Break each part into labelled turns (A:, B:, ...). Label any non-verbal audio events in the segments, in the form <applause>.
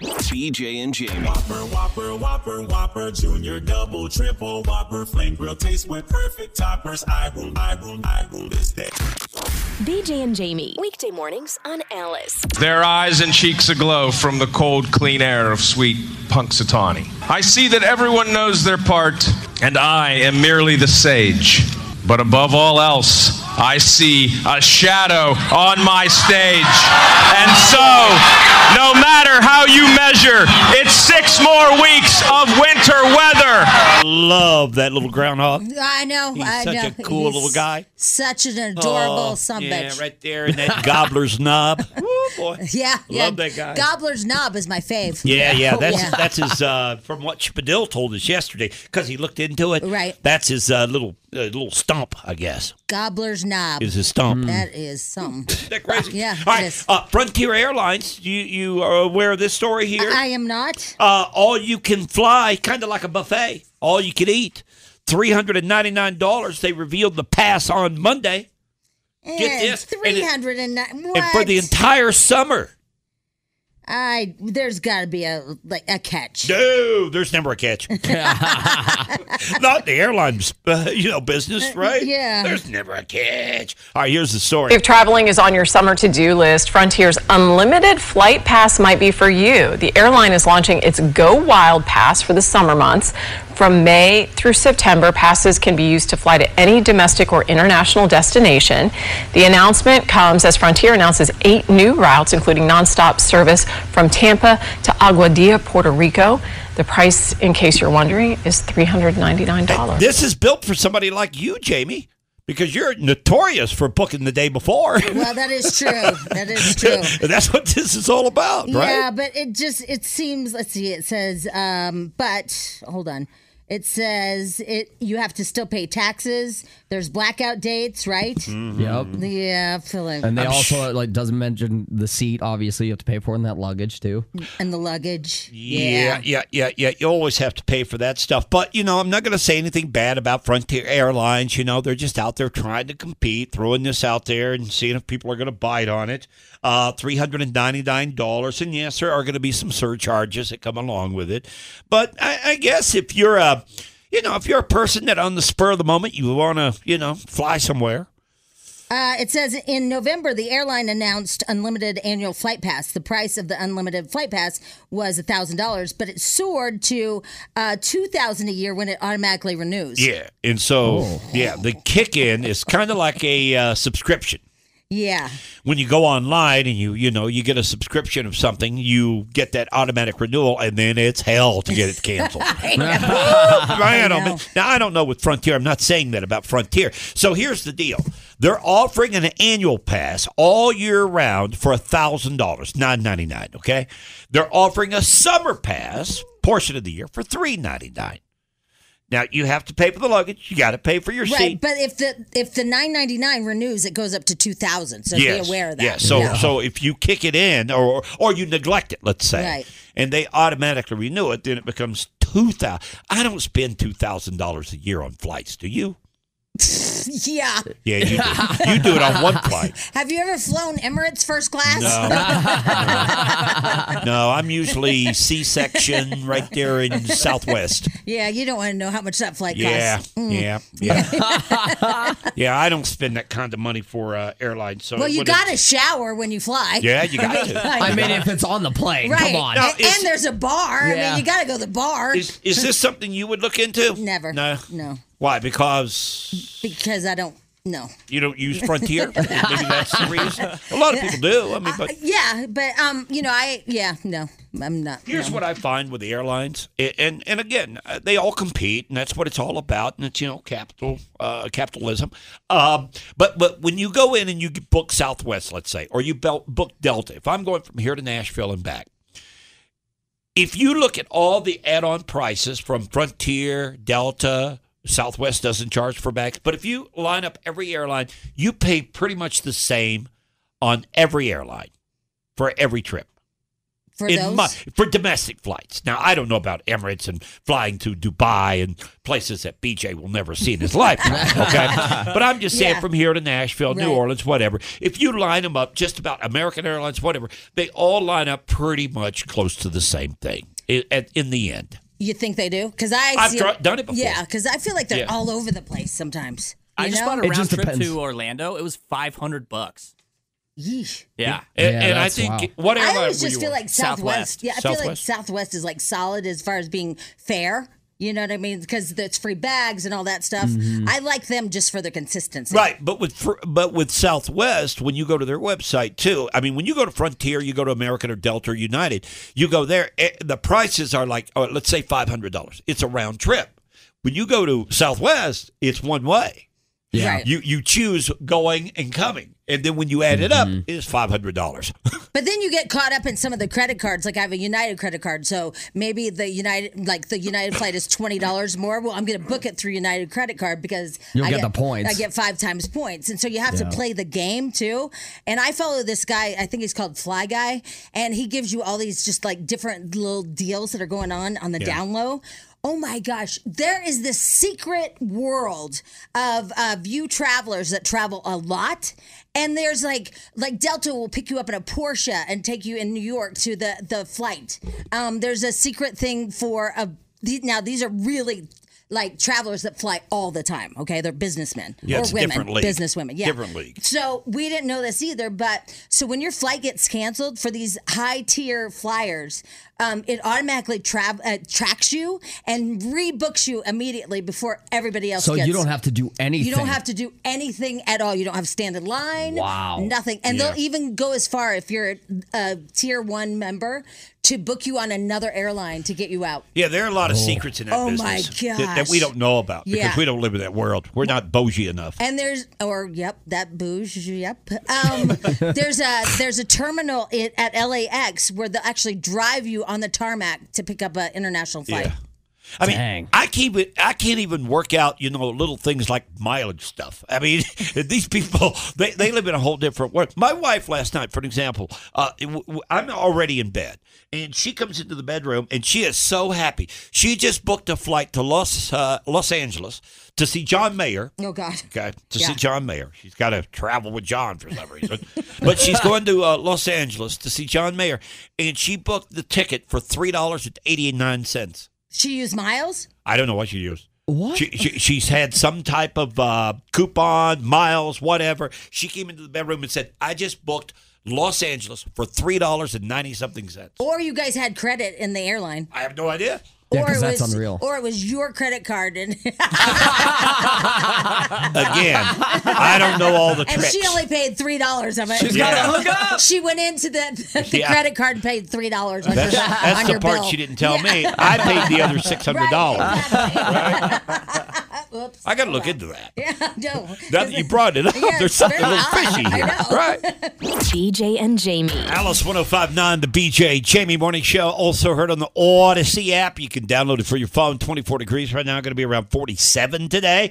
A: BJ and Jamie.
B: Whopper, Whopper, Whopper, Whopper, Junior, Double, Triple, Whopper, Flame Grill taste with perfect toppers. I rule, I rule, I rule this day.
C: BJ and Jamie. Weekday mornings on Alice.
D: their eyes and cheeks aglow from the cold, clean air of sweet Punxsutawney. I see that everyone knows their part, and I am merely the sage. But above all else, I see a shadow on my stage. And so, no matter how you measure, it's six more weeks of winter weather.
E: love that little groundhog.
F: I know.
E: He's
F: I
E: such
F: know.
E: a cool little guy. Oh,
F: Such an adorable son of a
E: yeah,
F: bitch.
E: right there
F: <laughs>
E: in that gobbler's knob. Woo, boy.
F: Yeah, yeah.
E: Love that guy.
F: Gobbler's Knob is my fave.
E: Yeah, yeah, that's
F: Yeah. <laughs>
E: that's his. Uh, from what Spadil told us yesterday, because he looked into it.
F: Right.
E: That's his uh, little uh, little stomp, I guess,
F: Gobbler's Knob. Mm.
E: is his stomp.
F: that is something.
E: <laughs> Isn't that crazy?
F: Yeah,
E: All
F: it
E: right.
F: is.
E: Uh, Frontier Airlines. You you are aware of this story here?
F: I am not.
E: uh, all you can fly, kind of like a buffet, all you can eat. $399. They revealed the pass on Monday. Get this, and it-
F: Three hundred and nine.
E: And for the entire summer.
F: I there's got to be a like a catch.
E: No, there's never
F: <laughs>
E: a catch. <laughs> Not the airlines, uh, you know, business, right?
F: yeah.
E: There's never a catch. All right, here's the story.
G: If traveling is on your summer to do list, Frontier's unlimited flight pass might be for you. The airline is launching its Go Wild Pass for the summer months. From May through September, passes can be used to fly to any domestic or international destination. The announcement comes as Frontier announces eight new routes, including nonstop service from Tampa to Aguadilla, Puerto Rico. The price, in case you're wondering, is $399.
E: This is built for somebody like you, Jamie, because you're notorious for booking the day before.
F: Well, that is true. that
E: <laughs>
F: is true.
E: That's what this is all about,
F: Yeah,
E: right?
F: but it just it seems. Let's see. It says, um, but hold on. It says it. You have to still pay taxes. There's blackout dates, right?
H: Yep.
F: Yeah, feeling
H: And they also like doesn't mention the seat. Obviously, you have to pay for it and that luggage too.
F: and the luggage.
E: Yeah, yeah, yeah, yeah. You always have to pay for that stuff. But, you know, I'm not going to say anything bad about Frontier Airlines. You know, they're just out there trying to compete, throwing this out there and seeing if people are going to bite on it. Uh, $399. And yes, there are going to be some surcharges that come along with it. But I, I guess if you're a, you know, if you're a person that on the spur of the moment you want to, you know, fly somewhere.
F: Uh, it says in November, the airline announced unlimited annual flight pass. The price of the unlimited flight pass was $1,000, but it soared to uh, 2000 a year when it automatically renews.
E: Yeah. And so, yeah, the kick in is kind of like a uh, subscription.
F: Yeah.
E: when you go online and you you know you get a subscription of something, you get that automatic renewal, and then it's hell to get it <laughs> canceled. Man, oh, man. Now I don't know with Frontier. I'm not saying that about Frontier. So here's the deal: they're offering an annual pass all year round for a thousand dollars, nine ninety nine. Okay, they're offering a summer pass portion of the year for three ninety nine. Now you have to pay for the luggage. You got to pay for your
F: Right,
E: seat.
F: but if the if the 999 renews, it goes up to 2000 so be aware of that.
E: Yes. So so if you kick it in or or you neglect it, let's say,
F: Right.
E: and they automatically renew
F: <laughs>
E: it, then it becomes two thousand. I don't spend two thousand dollars a year on flights. Do you? yeah.
B: Yeah, you do. you do it on one flight.
E: Have you ever flown Emirates first class?
F: <laughs>
B: No, I'm usually C-section right there in Southwest.
E: yeah, you don't want to know how much that flight
B: Yeah,
E: costs. Mm.
B: yeah, yeah,
E: <laughs>
B: yeah. I don't spend that kind of money for uh, airline. So
E: Well,
B: it
E: you
B: would've-
E: got to shower when you fly.
B: Yeah, you got to.
E: Like-
I: I mean, if it's on the plane,
E: <laughs> right.
I: come on.
B: No,
E: and,
B: it's-
E: and there's a bar. I
I: Yeah.
E: mean, you got to go to the bar.
B: Is, is this something you would look into?
E: Never.
B: No.
E: No.
B: Why? Because
E: Because I don't know.
B: you don't use
E: <laughs>
B: Frontier. Maybe that's the reason. A lot of people do. I mean, but
E: Uh, Yeah, but um, you know, I yeah, no, I'm not.
B: Here's what I find with the airlines, a- and and again, uh, they all compete, and that's what it's all about, and it's you know capital uh, capitalism. Um, but but when you go in and you book Southwest, let's say, or you bel- book Delta, if I'm going from here to Nashville and back, if you look at all the add-on prices from Frontier, Delta, Southwest doesn't charge for bags, but if you line up every airline, you pay pretty much the same on every airline for every trip
E: for
B: in
E: those.
B: my- for domestic flights. Now I don't know about Emirates and flying to Dubai and places that BJ will never see in
E: <laughs>
B: his lifetime. Okay, but I'm just saying
E: Yeah.
B: from here to Nashville, New
E: Right.
B: Orleans, whatever. If you line them up, just about American Airlines, whatever, they all line up pretty much close to the same thing. i- at- In the end,
E: you think they do? Because I
B: I've
E: see-
B: dr- done it before.
E: Yeah, because I feel like they're
B: Yeah.
E: all over the place sometimes.
H: I
E: you
H: just
E: know?
H: bought a
I: It
H: round
I: just
H: trip
I: depends.
H: to Orlando. It was five hundred bucks.
E: Yeesh.
H: Yeah.
B: A- and,
I: Yeah,
B: I
I: that's
B: think
I: wild.
B: what
E: I
B: airline
E: always
B: were you
E: just feel
B: on?
E: like Southwest.
H: Southwest.
E: Yeah, I feel like
B: Southwest.
E: Southwest is like solid as far as being fair. You know what I mean? Because it's free bags and all that stuff. I like them just for their consistency.
B: Right, but with fr- but with Southwest, when you go to their website too, I mean, when you go to Frontier, you go to American or Delta or United, you go there, eh, the prices are like, oh, let's say five hundred dollars. It's a round trip. When you go to Southwest, it's one way.
E: Yeah. Right.
B: You you choose going and coming, and then when you add it up,
I: Mm-hmm.
B: it's five hundred dollars. <laughs>
E: But then you get caught up in some of the credit cards. Like I have a United credit card, so maybe the United, like the United flight is twenty dollars more. Well, I'm going to book it through United credit card because
I: You'll
E: I
I: get the points.
E: I get five times points, and so you have to play the game too. And I follow this guy. I think he's called Fly Guy, and he gives you all these just like different little deals that are going on on the down low. Oh my gosh, there is this secret world of of you travelers that travel a lot. And there's like like Delta will pick you up in a Porsche and take you in New York to the the flight. Um, there's a secret thing for a the- now these are really like travelers that fly all the time. Okay, they're businessmen
B: Yeah,
E: or
B: it's a
E: women,
B: different league.
E: business women. Yeah,
B: Different league.
E: So we didn't know this either, but so when your flight gets canceled for these high tier flyers, um, it automatically tra- uh, tracks you and rebooks you immediately before everybody else.
I: So
E: gets.
I: you don't have to do anything.
E: You don't have to do anything at all. You don't have to stand in line.
I: Wow.
E: Nothing. And they'll even go as far if you're a tier one member to book you on another airline to get you out.
B: Yeah, there are a lot of secrets in that
E: Oh, my
B: business That, that we
E: gosh.
B: don't know about because
E: Yeah.
B: we don't live in that world. We're not bougie enough.
E: And there's or yep that bouge yep um, <laughs> there's a there's a terminal i at LAX where they'll actually drive you on the tarmac to pick up an international flight.
B: Yeah. I mean,
I: Dang.
B: I keep it. I can't even work out, you know, little things like mileage stuff. I mean, <laughs> these people they, they live in a whole different world. My wife last night, for an example, uh, it w- w- I'm already in bed, and she comes into the bedroom, and she is so happy. She just booked a flight to Los uh, Los Angeles to see John Mayer.
E: Oh God,
B: Okay, to
E: Yeah.
B: see John Mayer. She's got to travel with John for some reason. but she's going to uh, Los Angeles to see John Mayer, and she booked the ticket for three dollars and eighty nine cents.
E: she used miles.
B: I don't know what she used.
I: What?
B: She, she, she's had some type of uh, coupon, miles, whatever. She came into the bedroom and said, I just booked Los Angeles for $3.90 something cents.
E: Or you guys had credit in the airline.
B: I have no idea.
I: Yeah,
E: or
I: 'cause
E: it
I: that's
E: was,
I: unreal.
E: Or it was your credit card, and, <laughs>
B: Again,
E: <laughs>
B: I don't know all the
E: and
B: tricks.
E: she only paid three dollars of it.
H: She's
B: Yeah.
H: gotta hook up.
E: She went into the, <laughs> the
B: Yeah.
E: credit card and paid three dollars.
B: that's that's the part
E: bill.
B: she didn't tell
E: Yeah.
B: me. I paid the other $600.
E: <laughs> Right, exactly. Whoops.
B: I got to look into that.
E: Yeah, <laughs> no.
B: Now that you brought it up,
E: Yeah,
B: <laughs> there's
E: it's
B: something a
E: very
B: little
E: odd.
B: fishy
E: I
B: here.
E: know.
B: Right.
C: BJ and Jamie.
B: Alice 1059, the BJ Jamie Morning Show. Also heard on the Odyssey app. You can download it for your phone. 24 degrees right now, going to be around 47 today.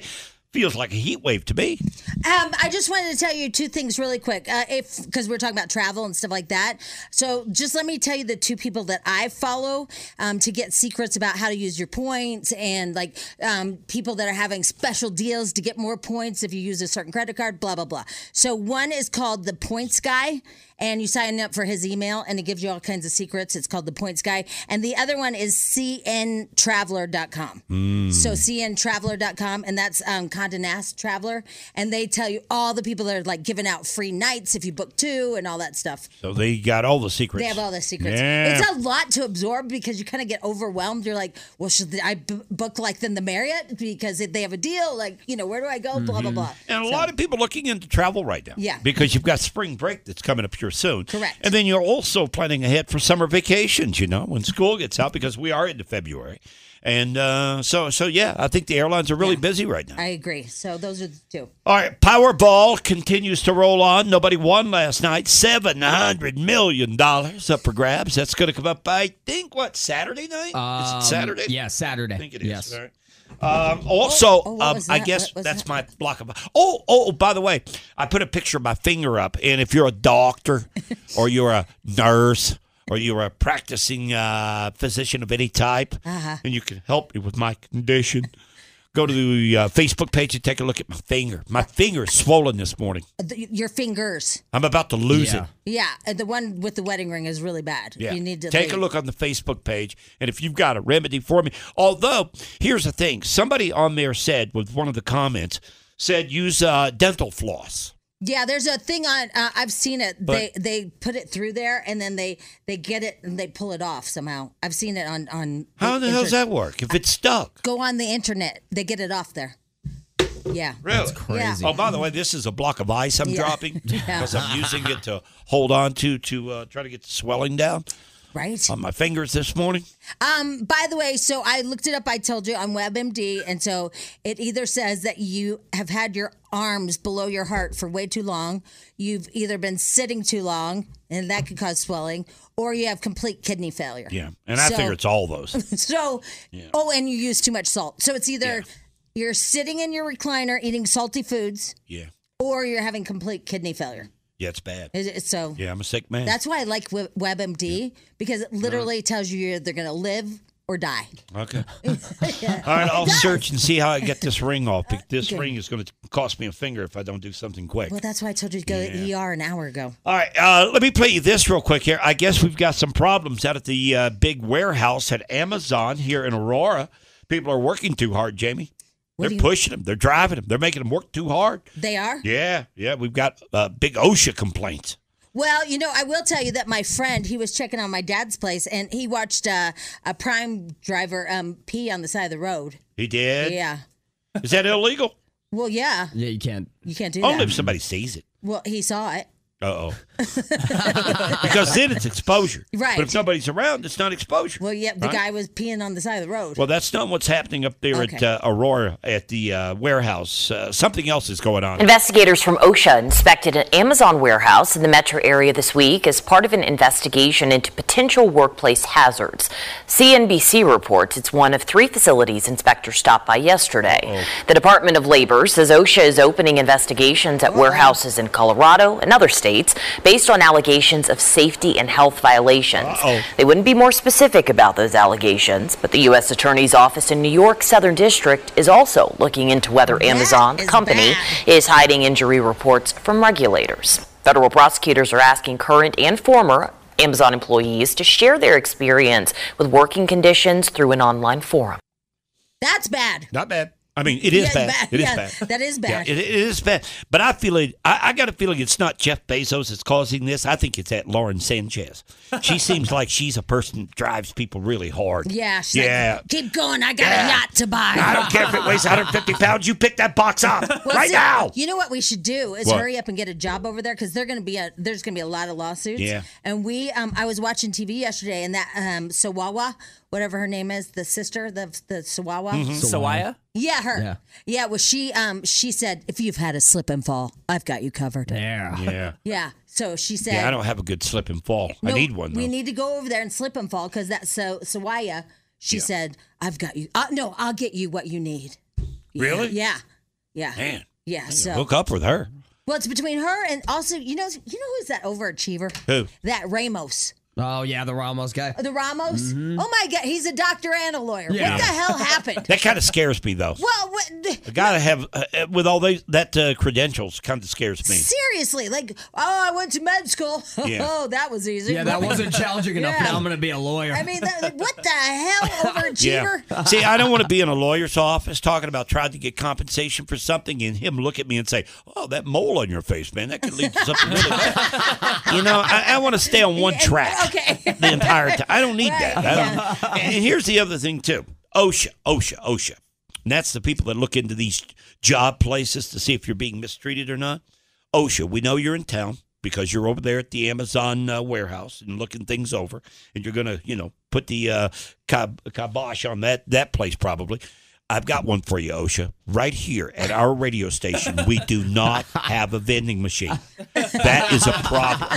B: feels like a heat wave to me.
E: Um, I just wanted to tell you two things really quick, uh, if because we're talking about travel and stuff like that. So just let me tell you the two people that I follow um, to get secrets about how to use your points and like um, people that are having special deals to get more points if you use a certain credit card. Blah blah blah. So one is called the Points Guy, and you sign up for his email and it gives you all kinds of secrets. It's called the Points Guy, and the other one is cntraveler.com. So
B: Hmm.
E: cntraveler.com, and that's um, Condé Nast Traveler, and they tell you all the people that are like giving out free nights if you book two and all that stuff.
B: So they got all the secrets.
E: They have all the secrets.
B: Yeah.
E: It's a lot to absorb because you kind of get overwhelmed. You're like, well, should I b- book like then the Marriott because if they have a deal? Like, you know, where do I go? Blah blah
B: Mhm.
E: blah.
B: And a
E: So-
B: lot of people looking into travel right now.
E: Yeah.
B: Because you've got spring break that's coming up here soon.
E: Correct.
B: And then you're also planning ahead for summer vacations, you know, when school gets out because we are into February. And uh, so, so yeah, I think the airlines are really busy right now.
E: I agree. So those are the two.
B: All right, Powerball continues to roll on. Nobody won last night. Seven hundred million dollars up for grabs. That's going to come up. I think what Saturday night?
I: Um,
B: is it Saturday?
I: Yeah, Saturday.
B: I think it is.
I: Yes.
B: All right. Um, also,
I: Oh, what
B: um,
I: was
B: I
I: that?
B: guess
I: What was
B: that's my block of. Oh, oh, by the way, I put a picture of my finger up, and if you're a
E: <laughs>
B: doctor or you're a nurse or you're a practicing uh, physician of any type,
E: Uh-huh.
B: and you can help me with my condition, go to the uh, Facebook page and take a look at my finger. My finger is swollen this morning.
E: Uh, The- your fingers.
B: I'm about to lose it.
E: Yeah, uh, the one with the wedding ring is really bad. You need to
B: take a
E: leave.
B: look on the Facebook page, and if you've got a remedy for me. Although, here's the thing: somebody on there said with one of the comments said use uh, dental floss.
E: Yeah, there's a thing on. Uh, I've seen it.
B: But-
E: they they put it through there, and then they they get it and they pull it off somehow. I've seen it on on.
B: How the hell does
E: inter-
B: that work? If it's stuck,
E: Go on the internet. They get it off there. Yeah.
B: really?
E: crazy.
B: Oh, by the way, this is a block of ice I'm
E: Yeah.
B: dropping
E: <laughs> Yeah.
B: because I'm using it to hold on to to uh, try to get the swelling down.
E: Right.
B: On my fingers this morning.
E: Um. By the way, so I looked it up. I told you on WebMD, and so it either says that you have had your arms below your heart for way too long, you've either been sitting too long, and that could cause swelling, or you have complete kidney failure.
B: Yeah, and I
E: So-
B: figure it's all those.
E: <laughs> so, oh, and you use too much salt. So it's either you're sitting in your recliner eating salty foods,
B: Yeah,
E: or you're having complete kidney failure.
B: yeah, it's bad.
E: Is it- So
B: Yeah, I'm a sick man. Uh-huh.
E: that's why I like Web- WebMD because it literally tells you you're either going to live or die. <laughs>
B: Okay. All right, I'll search and see how I get this ring off. because This
E: Okay.
B: ring is going to cost me a finger if I don't do something quick.
E: Well, that's why I told you to go to ER an hour ago.
B: All right, uh, let me play you this real quick here. I guess we've got some problems out at the uh, big warehouse at Amazon here in Aurora. People are working too hard, Jamie.
E: What do
B: They're
E: you-
B: pushing them. They're driving them. They're making them work too hard.
E: They are?
B: Yeah, yeah. We've got uh, big OSHA complaints.
E: Well, you know, I will tell you that my friend, he was checking on my dad's place and he watched uh, a prime driver um, pee on the side of the road.
B: He did.
E: yeah.
B: Is that illegal?
E: Well, yeah.
B: Yeah, you can't.
E: You can't do that.
B: Only if somebody sees it.
E: Well, he saw it.
B: Uh
I: <laughs>
E: <laughs>
B: oh. because then it's exposure.
E: Right.
B: But if nobody's around, it's not exposure.
E: Well, yeah, the
B: Right?
E: guy was peeing on the side of the road.
B: Well, that's not what's happening up there at
E: Okay.
B: uh, Aurora at the uh, warehouse. Uh, something else is going on.
J: Investigators from OSHA inspected an Amazon warehouse in the metro area this week as part of an investigation into potential workplace hazards. CNBC reports it's one of three facilities inspectors stopped by yesterday. The Department of Labor says OSHA is opening investigations at warehouses in Colorado and other states based on allegations of safety and health violations. They wouldn't be more specific about those allegations, but the U.S. Attorney's Office in New York's Southern District is also looking into whether Amazon company is hiding injury reports from regulators. Federal prosecutors are asking current and former Amazon employees to share their experience with working conditions through an online forum.
E: That's bad.
B: Not bad. I mean, it is
E: Yeah,
B: bad.
E: bad.
B: It is
E: Yeah,
B: bad.
E: that is bad.
B: Yeah, it, it is bad. But I feel it. I, I got a feeling it's not Jeff Bezos that's causing this. I think it's that Lauren Sanchez.
E: <laughs>
B: She seems like she's a person that drives people really hard.
E: Yeah. She's like,
B: yeah.
E: Keep going. I got
B: Yeah.
E: a yacht to buy.
B: I don't care if it weighs 150 pounds. You pick that box up
E: <laughs> Well,
B: right
E: see,
B: now.
E: You know what we should do is
B: What?
E: hurry up and get a job over there because they're going to be a, there's going to be a lot of lawsuits.
B: Yeah.
E: And we, um, I was watching TV yesterday, and that um, Sawawa, whatever her name is, the sister, the the Sawawa,
H: Mhm. Sawaya?
E: Yeah, her.
H: Yeah.
E: Yeah. Well, she um she said if you've had a slip and fall, I've got you covered.
I: Yeah.
B: Yeah.
E: Yeah. So she said.
B: Yeah, I don't have a good slip and fall. I
E: No,
B: need one. Though.
E: We need to go over there and slip and fall because that's so Sawaya. She said, "I've got you. Uh, no, I'll get you what you need."
B: Really?
E: Yeah.
G: Yeah.
B: Man.
G: Yeah. So
B: Hook up with her.
G: Well, it's between her and also, you know, you know who's that overachiever?
B: Who?
G: That Ramos.
K: Oh yeah, the Ramos guy.
G: The Ramos.
K: Mhm.
G: Oh my God, he's a doctor and a lawyer.
B: Yeah.
G: What the hell happened?
B: <laughs> That kind of scares me, though.
G: well, what,
B: I gotta have uh, uh, with all those that uh, credentials kind of scares me.
G: seriously, like, oh, I went to med school. <laughs>
B: Yeah.
G: oh, that was easy.
K: Yeah, that wasn't challenging enough.
G: Yeah.
K: Now I'm gonna be a lawyer.
G: I mean, that, what the hell, overachiever?
B: Yeah. <laughs> See, I don't want to be in a lawyer's office talking about trying to get compensation for something, and him look at me and say, "Oh, that mole on your face, man, that could lead to something really bad." You know, I, I want to stay on one track
G: Okay.
B: <laughs> the entire time. I don't need
G: Right,
B: that. I don't. <laughs> And here's the other thing too: OSHA, OSHA, OSHA. And that's the people that look into these job places to see if you're being mistreated or not. OSHA, we know you're in town because you're over there at the Amazon uh, warehouse and looking things over, and you're gonna, you know, put the uh, kib- kibosh on that that place probably. I've got one for you, OSHA. Right here at our radio station, we do
D: <laughs>
B: not have a vending machine. That is a problem.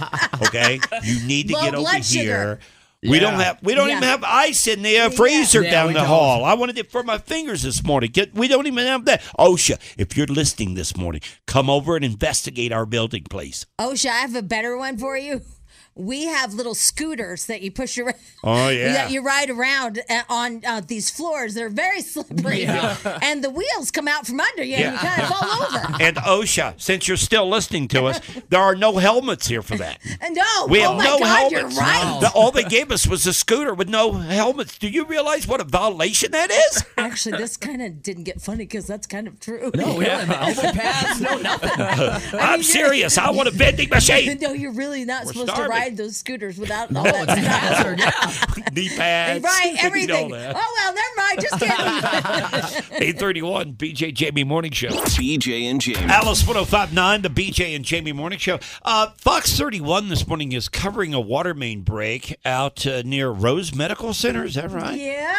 B: Okay, you need to
D: Low
B: get over here.
D: blood sugar.
B: We don't
D: Yeah.
B: have. We don't
D: Yeah.
B: even have ice in the uh, freezer
D: Yeah,
B: down
D: we
B: the
D: don't.
B: hall. I wanted it for my fingers this morning. Get, we don't even have that. OSHA, if you're listening this morning, come over and investigate our building, please.
G: <laughs> OSHA, I have a better one for you. We have little scooters that you push around.
B: Oh, yeah.
G: That <laughs> you ride around uh, on uh, these floors. They're very slippery,
B: Yeah.
G: <laughs> and the wheels come out from under you, and you
B: Yeah.
G: kind of fall over.
B: And OSHA, since you're still listening to us, there are no helmets here for that.
G: And no,
B: We
G: oh
B: have
G: my
B: no
G: God,
B: helmets.
G: you're right.
B: The- all they gave us was a scooter with no helmets. Do you realize what a violation that is?
G: Actually, this kind of didn't get funny because that's kind of true.
B: No, yeah, the elbow
G: pads, no nothing.
B: I'm serious. I want a vending machine.
G: No, you're really not
B: We're
G: supposed
B: starving.
G: to ride those scooters without all that stuff.
B: Knee pads. <laughs>
G: Right,
B: you need
G: everything.
B: all
G: Oh
B: that.
G: well, never mind. Just kidding.
B: 831 BJ Jamie Morning Show.
L: BJ and Jamie.
B: Alice 1059, the BJ and Jamie Morning Show. Uh, Fox 31 this morning is covering a water main break out uh, near Rose Medical Center. Is that right?
G: Yep.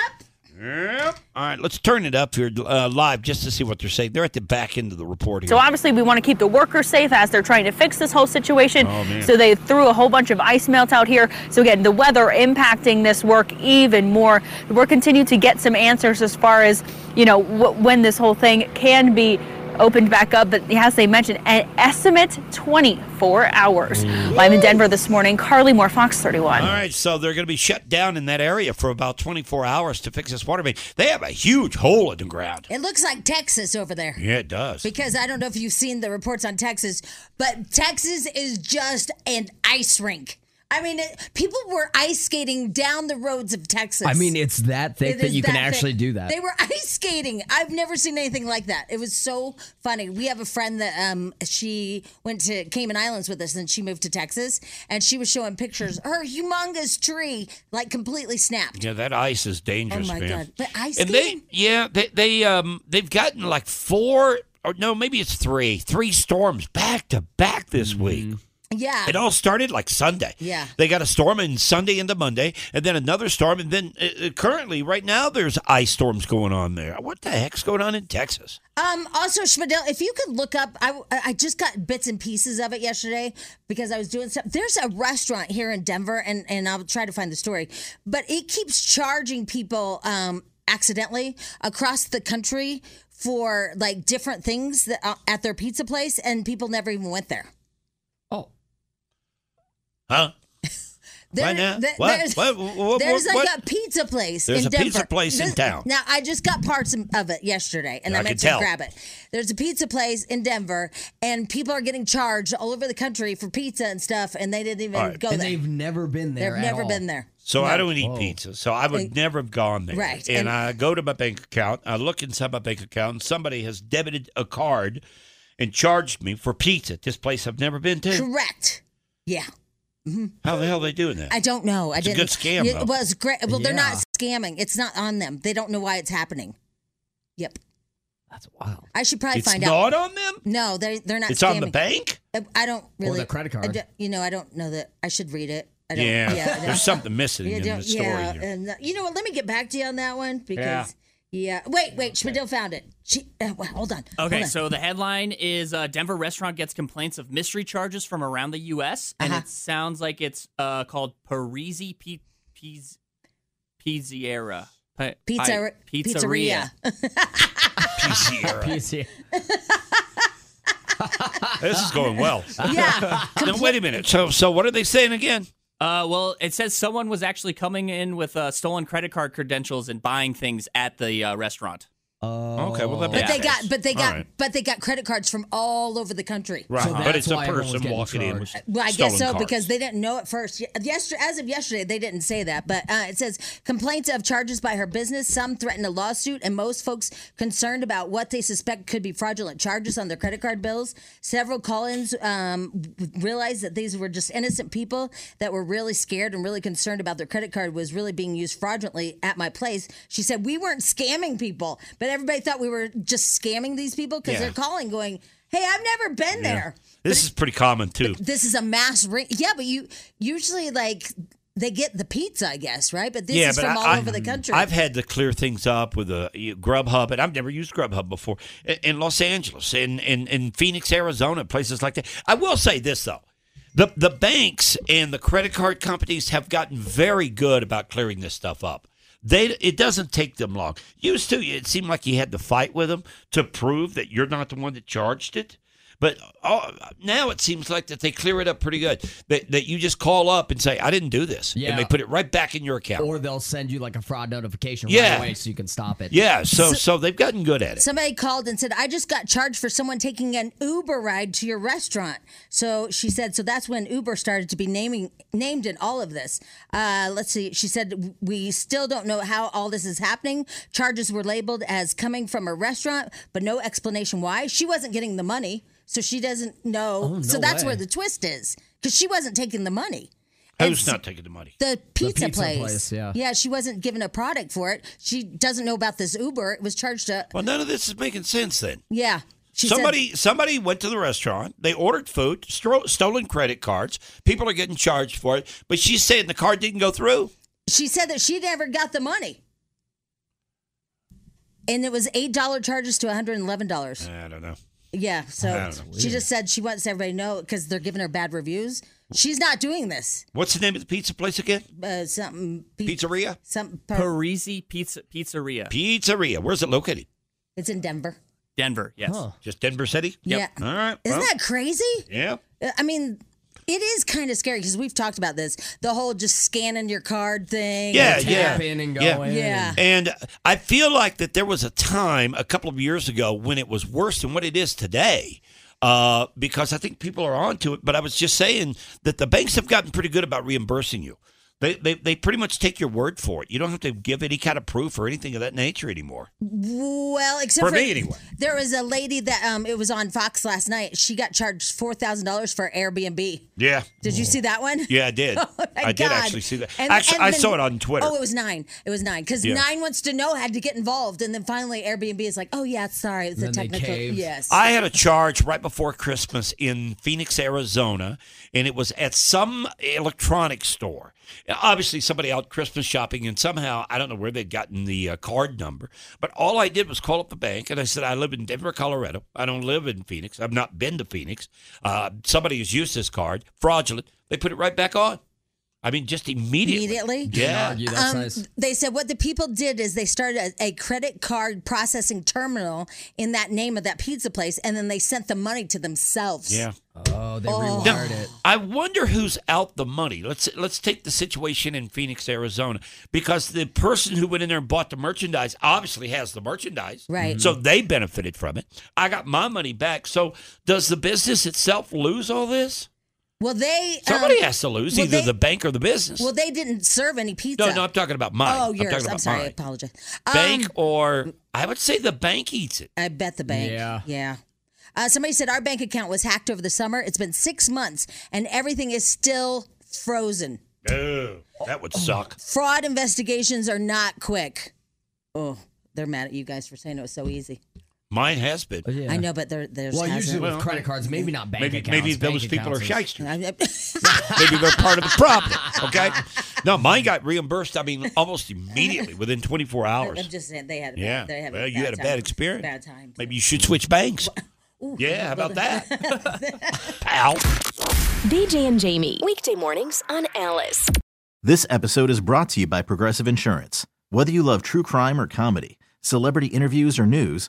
B: Yep. All right, let's turn it up here uh, live just to see what they're saying. They're at the back end of the report here.
M: So obviously, we want to keep the workers safe as they're trying to fix this whole situation.
B: Oh, man.
M: so they threw a whole bunch of ice melt out here. So again, the weather impacting this work even more. We're continuing to get some answers as far as you know wh- when this whole thing can be opened back up. But as they mentioned, an estimate 24 hours. Well, I'm in Denver this morning. Carly Moore, Fox 31.
B: All right, so they're going to be shut down in that area for about 24 hours to fix this water main. They have a huge hole in the ground.
G: It looks like Texas over there.
B: Yeah, it does.
G: Because I don't know if you've seen the reports on Texas, but Texas is just an ice rink. I mean, it, people were ice skating down the roads of Texas.
K: I mean, it's that thick
G: It
K: that
G: is
K: you can
G: thick.
K: actually do that.
G: They were <laughs> ice skating. I've never seen anything like that. It was so funny. We have a friend that um she went to Cayman Islands with us and she moved to Texas and she was showing pictures. Her humongous tree like completely snapped.
B: Yeah, that ice is dangerous,
G: Oh, my
B: man.
G: God. But ice
B: and they, yeah, they, they um they've gotten like four or no, maybe it's three, three storms back to back this week.
G: Yeah.
B: It all started like Sunday.
G: Yeah.
B: They got a storm in Sunday into Monday, and then another storm, and then uh, uh, currently right now there's ice storms going on there. What the heck's going on in Texas?
G: Um, also, Schmidl, if you could look up, I, I just got bits and pieces of it yesterday because I was doing stuff. There's a restaurant here in Denver, and, and I'll try to find the story, but it keeps charging people um, accidentally across the country for like different things that, uh, at their pizza place, and people never even went there.
B: Huh?
G: There-
B: Why not?
G: there-
B: What?
G: There's,
B: What? What? What?
G: there's like
B: What?
G: a pizza place
B: There's
G: in
B: a
G: Denver.
B: pizza place in
G: This-
B: town.
G: Now I just got parts of it yesterday, and
B: I
G: I
B: can
G: meant
B: tell.
G: to grab it. There's a pizza place in Denver, and people are getting charged all over the country for pizza and stuff, and they didn't even
B: All right.
G: go
B: And
G: there.
K: They've never been there. at
G: They've never
K: all.
G: been there.
B: So I don't eat
K: Whoa.
B: pizza. So I would
G: And-
B: never have gone there.
G: Oh. Right,
B: And,
G: and-
B: I go to my bank account. I look inside my bank account, and somebody has debited a card and charged me for pizza at this place I've never been to.
G: Correct. Yeah. Mm-hmm.
B: How the hell are they doing that?
G: I don't know. I
B: It's a
G: didn't.
B: good scam,
G: Yeah,
B: though.
G: Well, it's great. Well, they're
B: Yeah.
G: not scamming. It's not on them. They don't know why it's happening. Yep. That's wild. I should probably
B: It's
G: find out.
B: not on them.
G: No, they they're not.
B: It's on the
G: scamming.
B: bank?
G: I- I don't really.
B: the credit
G: I
B: card.
G: don't- you know, I don't know that. I should read it. I don't,
B: Yeah.
G: I don't-
B: <laughs> There's something missing
G: Yeah,
B: in
G: don't-
B: the story
G: yeah,
B: here.
G: and uh, you know what? Let me get back to you on that one because yeah. Wait, wait. Schmidl found it. She. Uh, well, hold on. hold
H: Okay,
G: on.
H: so the headline is uh, Denver restaurant gets complaints of mystery charges from around the U.S. and
G: Uh-huh.
H: it sounds like it's uh, called Parisi P- Piz- Pizziera. Pi-
G: Pizza-
H: Pizzeria.
G: pizzeria. <laughs>
B: Pizzeria. This is going
G: <laughs>
B: well.
H: Yeah,
B: now, wait a minute. So, so what are they saying again?
H: Uh, well, it says someone was actually coming in with uh, stolen credit card credentials and buying things at the uh, restaurant.
B: Oh, okay. Well, that
C: But
B: makes
C: they
B: sense.
C: got, but they
B: All
C: got,
B: right.
C: but they got credit cards from all over the country.
B: Right,
N: So
B: Uh-huh. but
N: that's
B: it's a
N: why everyone's
B: person
N: getting
B: walking in with
N: charged.
C: Uh, Well, I guess
B: stolen
C: so
B: cards.
C: because they didn't know at first. Yesterday, as of yesterday, they didn't say that. But uh, it says complaints of charges by her business. Some threaten a lawsuit, and most folks concerned about what they suspect could be fraudulent charges on their credit card bills. Several call-ins um, realized that these were just innocent people that were really scared and really concerned about their credit card was really being used fraudulently at my place. She said we weren't scamming people, but everybody thought we were just scamming these people because
B: Yeah.
C: they're calling, going, "Hey, I've never been
B: Yeah.
C: there."
B: This is pretty common too.
C: this is a mass ring. Yeah, but you usually like they get the pizza, I guess, right? But this is from all over the country.
B: I've had to clear things up with a you- Grubhub, and I've never used Grubhub before in, in Los Angeles, in, in in Phoenix, Arizona, places like that. I will say this though. The, the banks and the credit card companies have gotten very good about clearing this stuff up. They it doesn't take them long. Used to it seemed like you had to fight with them to prove that you're not the one that charged it. But all, now it seems like that they clear it up pretty good. That, that you just call up and say I didn't do this,
E: Yeah.
B: and they put it right back in your account.
E: Or they'll send you like a fraud notification
B: Yeah.
E: right away so you can stop it.
B: Yeah, so so, they've gotten good at it.
C: Somebody called and said, I just got charged for someone taking an Uber ride to your restaurant. So she said, so that's when Uber started to be naming named in all of this. Uh, let's see. She said, we still don't know how all this is happening. Charges were labeled as coming from a restaurant, but no explanation why. She wasn't getting the money, so she doesn't know.
B: no
C: so that's
B: way.
C: where the twist is because she wasn't taking the money.
B: Who's not taking the money?
C: The pizza,
B: pizza
C: place.
B: place, yeah.
C: she wasn't given a product for it. She doesn't know about this Uber. It was charged a
B: Well, none of this is making sense then.
C: yeah. She said-
B: somebody somebody went to the restaurant. They ordered food, stro- stolen credit cards. People are getting charged for it, but she's saying the card didn't go through.
C: she said that she never got the money. And it was eight dollar charges to one hundred and eleven dollars.
B: I don't know.
C: Yeah, so
B: That's
C: she
B: weird.
C: just said she wants everybody to know because they're giving her bad reviews. She's not doing this.
B: What's the name of the pizza place again?
C: Uh, something
B: Pizzeria.
C: Some
H: Parisi Pizza Pizzeria.
B: Pizzeria. Where's it located?
C: It's in Denver.
H: Denver. Yes.
B: Just Denver City.
C: Yeah.
B: All right.
C: Isn't
B: well,
C: that crazy?
B: Yeah.
C: Uh, I mean, it is kind of scary because we've talked about this the whole just scanning your card thing.
B: Yeah,
C: Tap
B: yeah,
C: in and
B: yeah.
C: going Yeah.
B: And I feel like that there was a time a couple of years ago when it was worse than what it is today. Uh, because I think people are onto it, but I was just saying that the banks have gotten pretty good about reimbursing you. They, they they pretty much take your word for it. You don't have to give any kind of proof or anything of that nature anymore.
C: Well, except
B: For me, anyway.
C: There was a lady that um, it was on Fox last night. She got charged four thousand dollars for Airbnb.
B: Yeah.
C: Did you see that one?
B: Yeah, I
C: <laughs>
B: did.
C: Oh, my
B: I did
C: God.
B: actually see that. Actually, I
C: then-
B: saw it on Twitter.
C: Oh, it was nine. It was nine because
B: Yeah.
C: nine wants to know had to get involved, and then finally Airbnb is like, "Oh yeah, sorry, it's a
B: And then they
C: technical."
B: caved.
C: Yes,
B: I had a charge right before Christmas in Phoenix, Arizona, and it was at some electronics store. Obviously, somebody out Christmas shopping, and somehow I don't know where they'd gotten the uh, card number. But all I did was call up the bank, and I said, "I live in Denver, Colorado. I don't live in Phoenix. I've not been to Phoenix. Uh, somebody has used this card, fraudulent. They put it right back on. I mean, just immediately.
C: Immediately? Didn't
B: Yeah,
E: argue, that's
C: Um, They said what the people did is they started a, a credit card processing terminal in that name of that pizza place, and then they sent the money to themselves.
B: Yeah.
E: Oh, they
C: Oh.
E: rewired it.
B: I wonder who's out the money. Let's let's take the situation in Phoenix, Arizona, because the person who went in there and bought the merchandise obviously has the merchandise,
C: Right.
B: So they benefited from it. I got my money back. So does the business itself lose all this?
C: Well, they
B: Somebody
C: um,
B: has to lose,
C: well,
B: either
C: they-
B: the bank or the business.
C: Well, they didn't serve any pizza.
B: no, no, I'm talking about mine.
C: Oh,
B: I'm
C: yours.
B: talking
C: I'm,
B: about
C: sorry. I
B: mine.
C: apologize.
B: Bank
C: Um,
B: or I would say the bank eats it.
C: I bet the bank.
B: Yeah.
C: Yeah. Uh, somebody said our bank account was hacked over the summer. It's been six months, and everything is still frozen.
B: Oh, that would suck.
C: Fraud investigations are not quick. Oh, they're mad at you guys for saying it was so easy.
B: Mine has been.
C: I know, but there, there's
E: Well,
C: hasn't.
E: usually with credit cards, maybe not bank
B: Maybe-
E: accounts.
B: maybe
E: bank
B: those people are
E: accounts is-
B: shysters.
C: Maybe
B: they're part of the problem. Okay. No, mine got reimbursed. I mean, almost immediately within 24 hours.
C: <laughs> I'm just saying they had. A bad,
B: Yeah.
C: they had
B: Well,
C: a
B: you had a
C: time.
B: bad experience.
C: Bad time.
B: Maybe you should switch banks. yeah. How about that, pal?
G: BJ and Jamie. Weekday mornings on Alice.
O: This episode is brought to you by Progressive Insurance. Whether you love true crime or comedy, celebrity interviews or news,